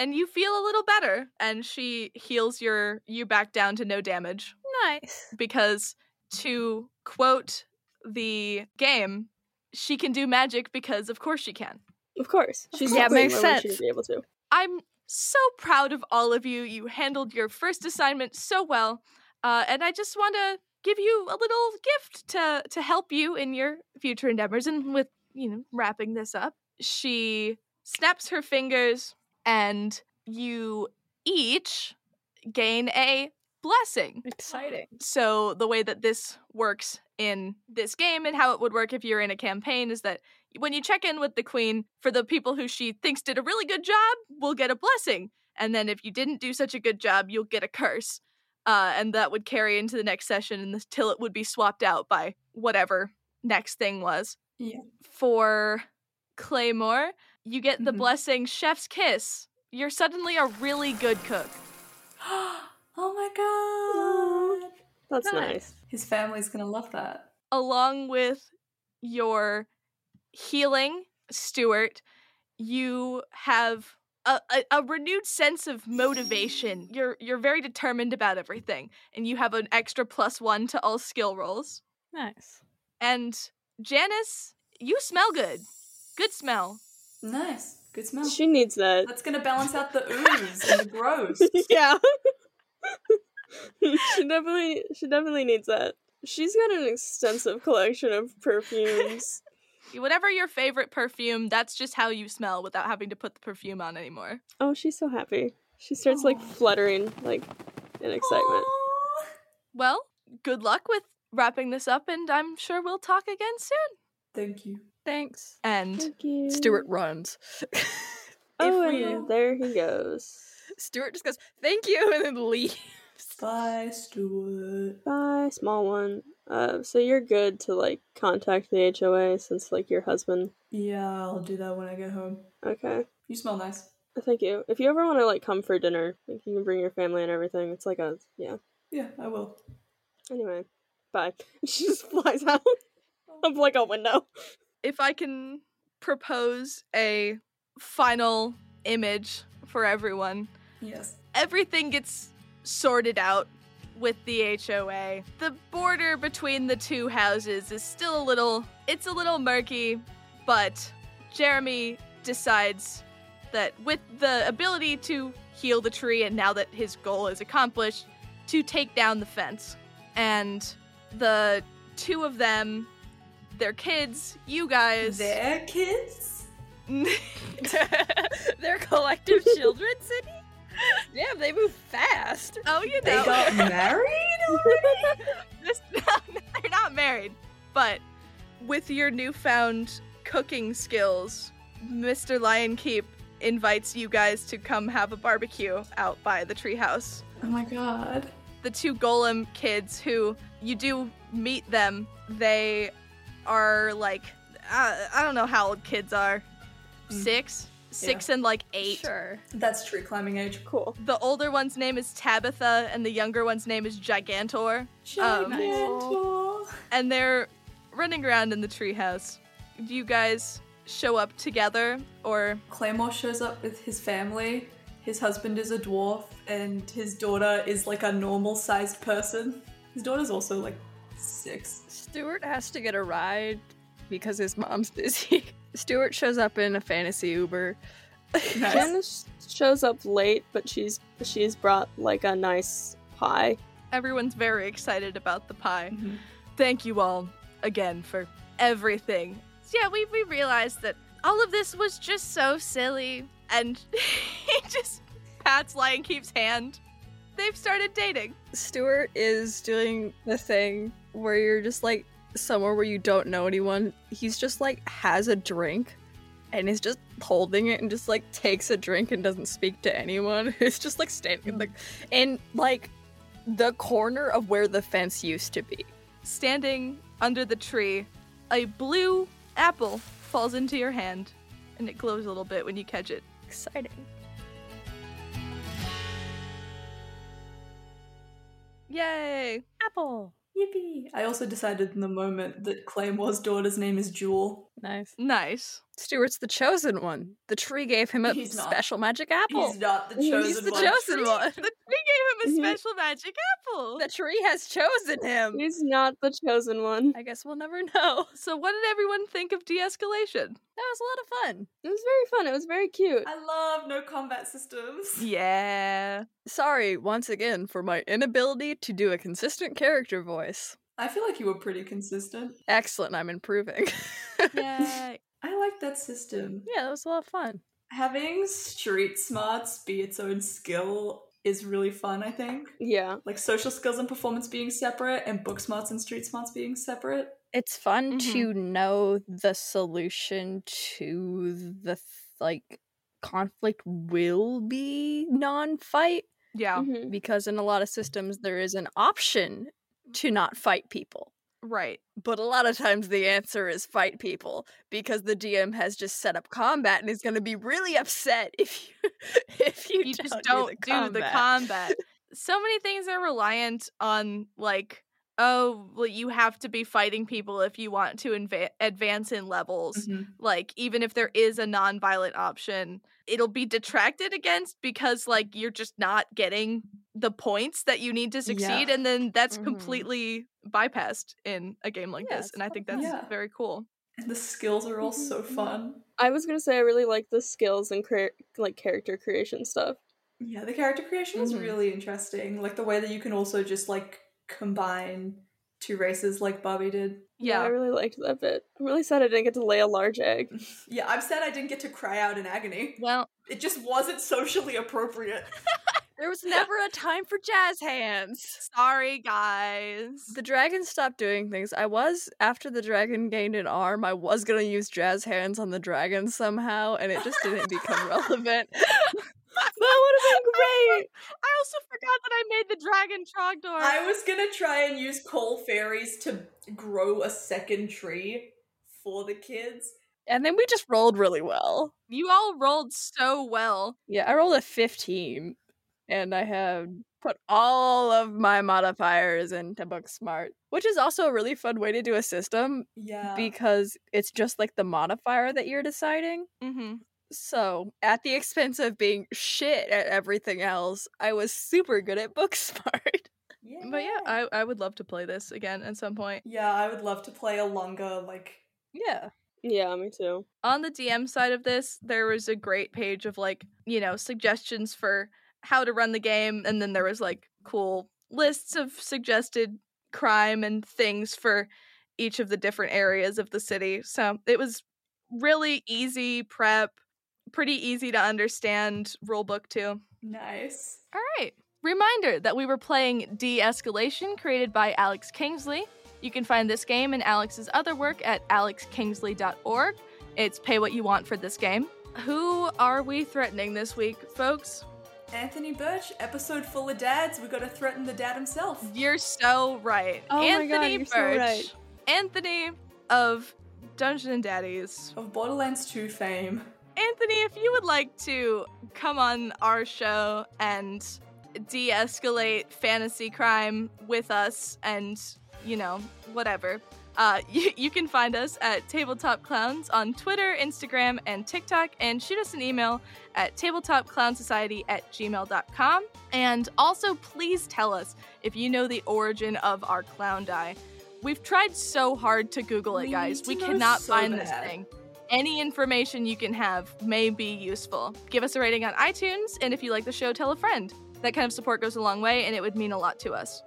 Speaker 1: and you feel a little better. And she heals your you back down to no damage
Speaker 8: Nice.
Speaker 1: because to quote the game, she can do magic because of course she can.
Speaker 4: of course she's
Speaker 8: Yeah,
Speaker 4: not playing
Speaker 8: makes
Speaker 4: where would She
Speaker 8: sense.
Speaker 4: be able to.
Speaker 1: I'm so proud of all of you. You handled your first assignment so well. Uh, and I just want to give you a little gift to to help you in your future endeavors and with, you know, wrapping this up. She snaps her fingers and you each gain a blessing.
Speaker 8: Exciting.
Speaker 1: So the way that this works in this game and how it would work if you're in a campaign is that when you check in with the queen for the people who she thinks did a really good job, will get a blessing. And then if you didn't do such a good job, you'll get a curse. Uh, and that would carry into the next session and until it would be swapped out by whatever next thing was.
Speaker 2: Yeah.
Speaker 1: For Claymore, you get the
Speaker 8: Mhm.
Speaker 1: blessing Chef's Kiss. You're suddenly a really good cook.
Speaker 2: oh my god.
Speaker 4: That's
Speaker 1: Nice.
Speaker 4: nice.
Speaker 2: His family's gonna love that.
Speaker 1: along with your healing, Stuart, you have a, a, a renewed sense of motivation. You're you're very determined about everything, and you have an extra plus one to all skill rolls.
Speaker 8: Nice.
Speaker 1: And Janice, you smell good. Good smell.
Speaker 2: Nice. Good smell.
Speaker 4: She needs that.
Speaker 2: That's gonna balance out the ooze and the gross.
Speaker 4: yeah. she definitely she definitely needs that. She's got an extensive collection of perfumes.
Speaker 1: Whatever your favorite perfume, that's just how you smell without having to put the perfume on anymore.
Speaker 4: oh, she's so happy. She starts like fluttering like in excitement.
Speaker 2: Aw.
Speaker 1: Well, good luck with wrapping this up, and I'm sure we'll talk again soon.
Speaker 2: Thank you.
Speaker 8: Thanks.
Speaker 1: And
Speaker 4: Thank you.
Speaker 8: Stuart runs.
Speaker 4: Oh,
Speaker 2: if we-
Speaker 4: and there he goes.
Speaker 8: Stuart just goes, "Thank you," and then leaves.
Speaker 2: Bye, Stuart.
Speaker 4: Bye, small one. Uh, so you're good to like contact the HOA since like your husband.
Speaker 2: Yeah, I'll do that when I get home.
Speaker 4: Okay.
Speaker 2: You smell nice.
Speaker 4: Thank you. If you ever want to like come for dinner, like you can bring your family and everything. It's like a yeah.
Speaker 2: Yeah, I will.
Speaker 4: Anyway, bye. She just flies out of like a window.
Speaker 1: if I can propose a final image for everyone,
Speaker 2: Yes.
Speaker 1: everything gets sorted out with the HOA. The border between the two houses is still a little it's a little murky, but Jeremy decides that with the ability to heal the tree and now that his goal is accomplished, to take down the fence. And the two of them, their kids, you guys
Speaker 2: There, kids.
Speaker 8: Their collective children, Sydney. Damn, they move fast.
Speaker 1: Oh, you
Speaker 2: They
Speaker 1: know.
Speaker 2: got married.
Speaker 1: This- they're not married, but with your newfound cooking skills, Mr. Lion Keep invites you guys to come have a barbecue out by the treehouse.
Speaker 2: Oh my god.
Speaker 1: The two golem kids who you do meet them, they are like I, I don't know how old kids are.
Speaker 2: Mm.
Speaker 1: 6, 6 and like 8.
Speaker 8: Sure.
Speaker 2: That's tree climbing age.
Speaker 4: Cool.
Speaker 1: The older one's name is Tabitha and the younger one's name is Gigantor. Um,
Speaker 2: Gigantor.
Speaker 1: and they're running around in the treehouse. Do you guys show up together, or
Speaker 2: Claymore shows up with his family. His husband is a dwarf, and his daughter is like a normal sized person. His daughter's also like six.
Speaker 8: Stuart has to get a ride because his mom's busy. Stuart shows up in a fantasy Uber.
Speaker 2: Nice.
Speaker 4: Janice shows up late, but she's she's brought like a nice pie
Speaker 1: Everyone's very excited about the pie.
Speaker 3: Mm-hmm.
Speaker 1: Thank you all again for everything. So yeah, we, we realized that all of this was just so silly. And he just pats Lion Keep's hand. They've started dating.
Speaker 3: Stuart is doing the thing where you're just like somewhere where you don't know anyone. He's just like has a drink and is just holding it and just like takes a drink and doesn't speak to anyone. It's just like standing in the in like the corner of where the fence used to be.
Speaker 1: Standing under the tree, a blue apple falls into your hand and it glows a little bit when you catch it.
Speaker 3: Exciting.
Speaker 1: Yay!
Speaker 9: Apple.
Speaker 2: Yippee! I also decided in the moment that Claymore's daughter's name is Jewel.
Speaker 3: Nice.
Speaker 1: Nice.
Speaker 3: Stuart's the chosen one. The tree gave him a
Speaker 2: He's not.
Speaker 3: special magic apple.
Speaker 2: He's not the
Speaker 3: Oh. He's
Speaker 2: chosen
Speaker 3: the
Speaker 2: one.
Speaker 3: chosen one.
Speaker 1: The tree gave him a
Speaker 4: Mhm.
Speaker 1: special magic apple.
Speaker 3: The tree has chosen him.
Speaker 4: He's not the chosen one.
Speaker 3: I guess we'll never know.
Speaker 1: So, what did everyone think of de escalation?
Speaker 3: That was a lot of fun.
Speaker 4: It was very fun. It was very cute.
Speaker 2: I love no combat systems.
Speaker 1: Yeah.
Speaker 3: Sorry once again for my inability to do a consistent character voice.
Speaker 2: I feel like you were pretty consistent.
Speaker 3: Excellent, I'm improving.
Speaker 1: Yeah.
Speaker 2: I like that system.
Speaker 3: yeah, that was a lot of fun.
Speaker 2: Having street smarts be its own skill is really fun, I think.
Speaker 4: Yeah.
Speaker 2: Like social skills and performance being separate, and book smarts and street smarts being separate.
Speaker 3: It's fun
Speaker 1: Mhm.
Speaker 3: to know the solution to the th- like conflict will be non-fight
Speaker 1: yeah.
Speaker 4: Mhm.
Speaker 3: because in a lot of systems there is an option to not fight people.
Speaker 1: Right.
Speaker 3: But a lot of times the answer is fight people because the DM has just set up combat and is going to be really upset if you if you,
Speaker 1: you
Speaker 3: don't
Speaker 1: just don't do the, combat. so many things are reliant on like oh well you have to be fighting people if you want to inva- advance in levels like even if there is a non-violent option it'll be detracted against because like you're just not getting the points that you need to succeed and then that's
Speaker 3: Mhm.
Speaker 1: completely bypassed in a game like
Speaker 3: Yeah,
Speaker 1: this
Speaker 3: it's
Speaker 1: and i
Speaker 3: fun.
Speaker 1: think that's
Speaker 2: Yeah.
Speaker 1: very cool
Speaker 2: And the skills are all so
Speaker 1: Mm-hmm.
Speaker 2: fun.
Speaker 4: I was gonna say I really like the skills and crea- like character creation stuff.
Speaker 2: Yeah, the character creation is
Speaker 1: Mm-hmm.
Speaker 3: Mhm.
Speaker 2: really interesting. Like the way that you can also just like combine two races like Bobby did.
Speaker 4: I
Speaker 1: yeah
Speaker 4: really liked that bit. I'm really sad I didn't get to lay a large egg.
Speaker 2: Yeah, I'm sad I didn't get to cry out in agony.
Speaker 1: well
Speaker 2: It just wasn't socially appropriate.
Speaker 3: There was never a time for jazz hands.
Speaker 1: sorry guys
Speaker 3: The dragon stopped doing things. I was after the dragon gained an arm, I was going to use jazz hands on the dragon somehow and it just didn't become relevant.
Speaker 1: that would have been great. I also forgot that I made the dragon trogdor.
Speaker 2: I was gonna try and use coal fairies to grow a second tree for the kids.
Speaker 3: And then we just rolled really well.
Speaker 1: you all rolled so well.
Speaker 3: Yeah, I rolled a 15 and I have put all of my modifiers into book smart, which is also a really fun way to do a system
Speaker 1: Uh.
Speaker 2: Yeah.
Speaker 3: because it's just like the modifier that you're deciding.
Speaker 1: Mm-hmm.
Speaker 3: So, at the expense of being shit at everything else, I was super good at book smart.
Speaker 1: But yeah, I, I would love to play this again at some point.
Speaker 2: Yeah, I would love to play a longer like
Speaker 3: Yeah.
Speaker 4: Yeah, me too.
Speaker 1: On the DM side of this, there was a great page of like, you know, suggestions for how to run the game. And then there was like cool lists of suggested crime and things for each of the different areas of the city. So it was really easy prep, pretty easy to understand rule book too.
Speaker 2: nice.
Speaker 1: All right. Reminder that we were playing De Escalation, created by Alex Kingsley. You can find this game and Alex's other work at alexkingsley.org. It's pay what you want for this game. Who are we threatening this week, folks?
Speaker 2: Anthony Birch, episode full of dads. We gotta threaten the dad himself.
Speaker 1: You're so right.
Speaker 4: Oh my God,
Speaker 1: Anthony
Speaker 4: you're so
Speaker 1: Birch.
Speaker 4: right.
Speaker 1: Anthony of Dungeon and Daddies.
Speaker 2: Of Borderlands 2 fame.
Speaker 1: Anthony, if you would like to come on our show and de escalate fantasy crime with us and, you know, whatever, uh, you, you can find us at Tabletop Clowns on Twitter, Instagram, and TikTok, and shoot us an email at tabletopclownsociety at gmail.com. And also, please tell us if you know the origin of our clown die. We've tried so hard to Google it,
Speaker 2: We
Speaker 1: guys.
Speaker 2: need to
Speaker 1: We
Speaker 2: know
Speaker 1: cannot
Speaker 2: so
Speaker 1: find this
Speaker 2: bad.
Speaker 1: thing any information you can have may be useful. Give us a rating on iTunes, and if you like the show, tell a friend. That kind of support goes a long way, and it would mean a lot to us.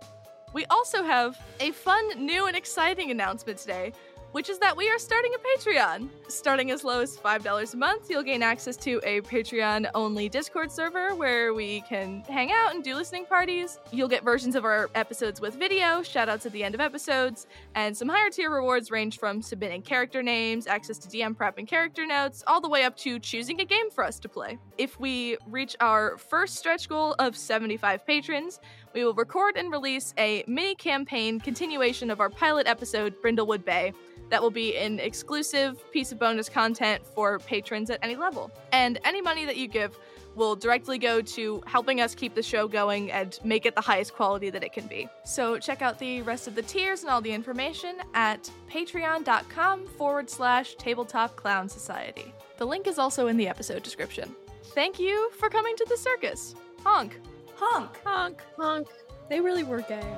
Speaker 1: We also have a fun, new, and exciting announcement today, which is that we are starting a Patreon. Starting as low as $5 a month, you'll gain access to a Patreon only Discord server where we can hang out and do listening parties. You'll get versions of our episodes with video, shoutouts at the end of episodes, and some higher tier rewards range from submitting character names, access to DM prep and character notes, all the way up to choosing a game for us to play. If we reach our first stretch goal of 75 patrons, we will record and release a mini campaign continuation of our pilot episode, Brindlewood Bay. That will be an exclusive piece of bonus content for patrons at any level. And any money that you give will directly go to helping us keep the show going and make it the highest quality that it can be. So check out the rest of the tiers and all the information at patreon.com forward slash tabletop clown society. The link is also in the episode description. Thank you for coming to the circus. Honk.
Speaker 10: Honk.
Speaker 11: Honk.
Speaker 12: Honk.
Speaker 11: They really were gay.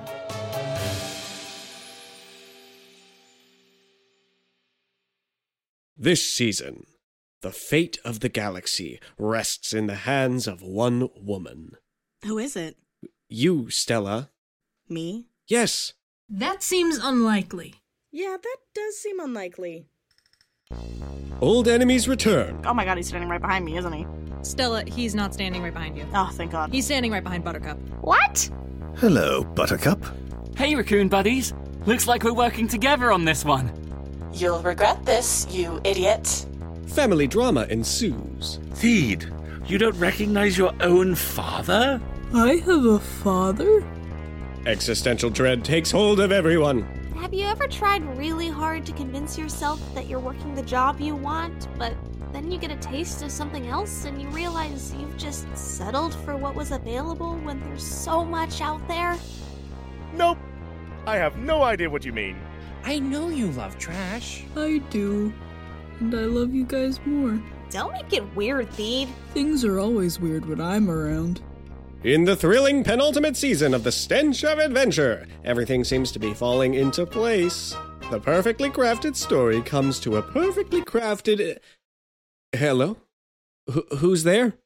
Speaker 13: This season, the fate of the galaxy rests in the hands of one woman.
Speaker 14: Who is it?
Speaker 13: You, Stella.
Speaker 14: Me?
Speaker 13: Yes,
Speaker 2: That seems unlikely.
Speaker 14: Yeah, that does seem unlikely.
Speaker 13: old enemies return.
Speaker 14: Oh my god, he's standing right behind me, isn't he?
Speaker 2: Stella, he's not standing right behind you.
Speaker 14: Oh, thank god.
Speaker 2: He's standing right behind Buttercup.
Speaker 5: What?
Speaker 15: Hello, Buttercup.
Speaker 16: Hey, Raccoon Buddies! Looks like we're working together on this one.
Speaker 17: You'll regret this, you idiot.
Speaker 13: Family drama ensues.
Speaker 15: Theed, you don't recognize your own father?
Speaker 2: I have a father?
Speaker 13: Existential dread takes hold of everyone.
Speaker 3: Have you ever tried really hard to convince yourself that you're working the job you want, but then you get a taste of something else and you realize you've just settled for what was available when there's so much out there?
Speaker 18: Nope. I have no idea what you mean.
Speaker 19: I know you love trash.
Speaker 2: I do. And I love you guys more.
Speaker 3: Don't make it weird, Thief.
Speaker 2: Things are always weird when I'm around.
Speaker 13: In the thrilling penultimate season of The Stench of Adventure, everything seems to be falling into place. The perfectly crafted story comes to a perfectly crafted. Hello? Wh- who's there?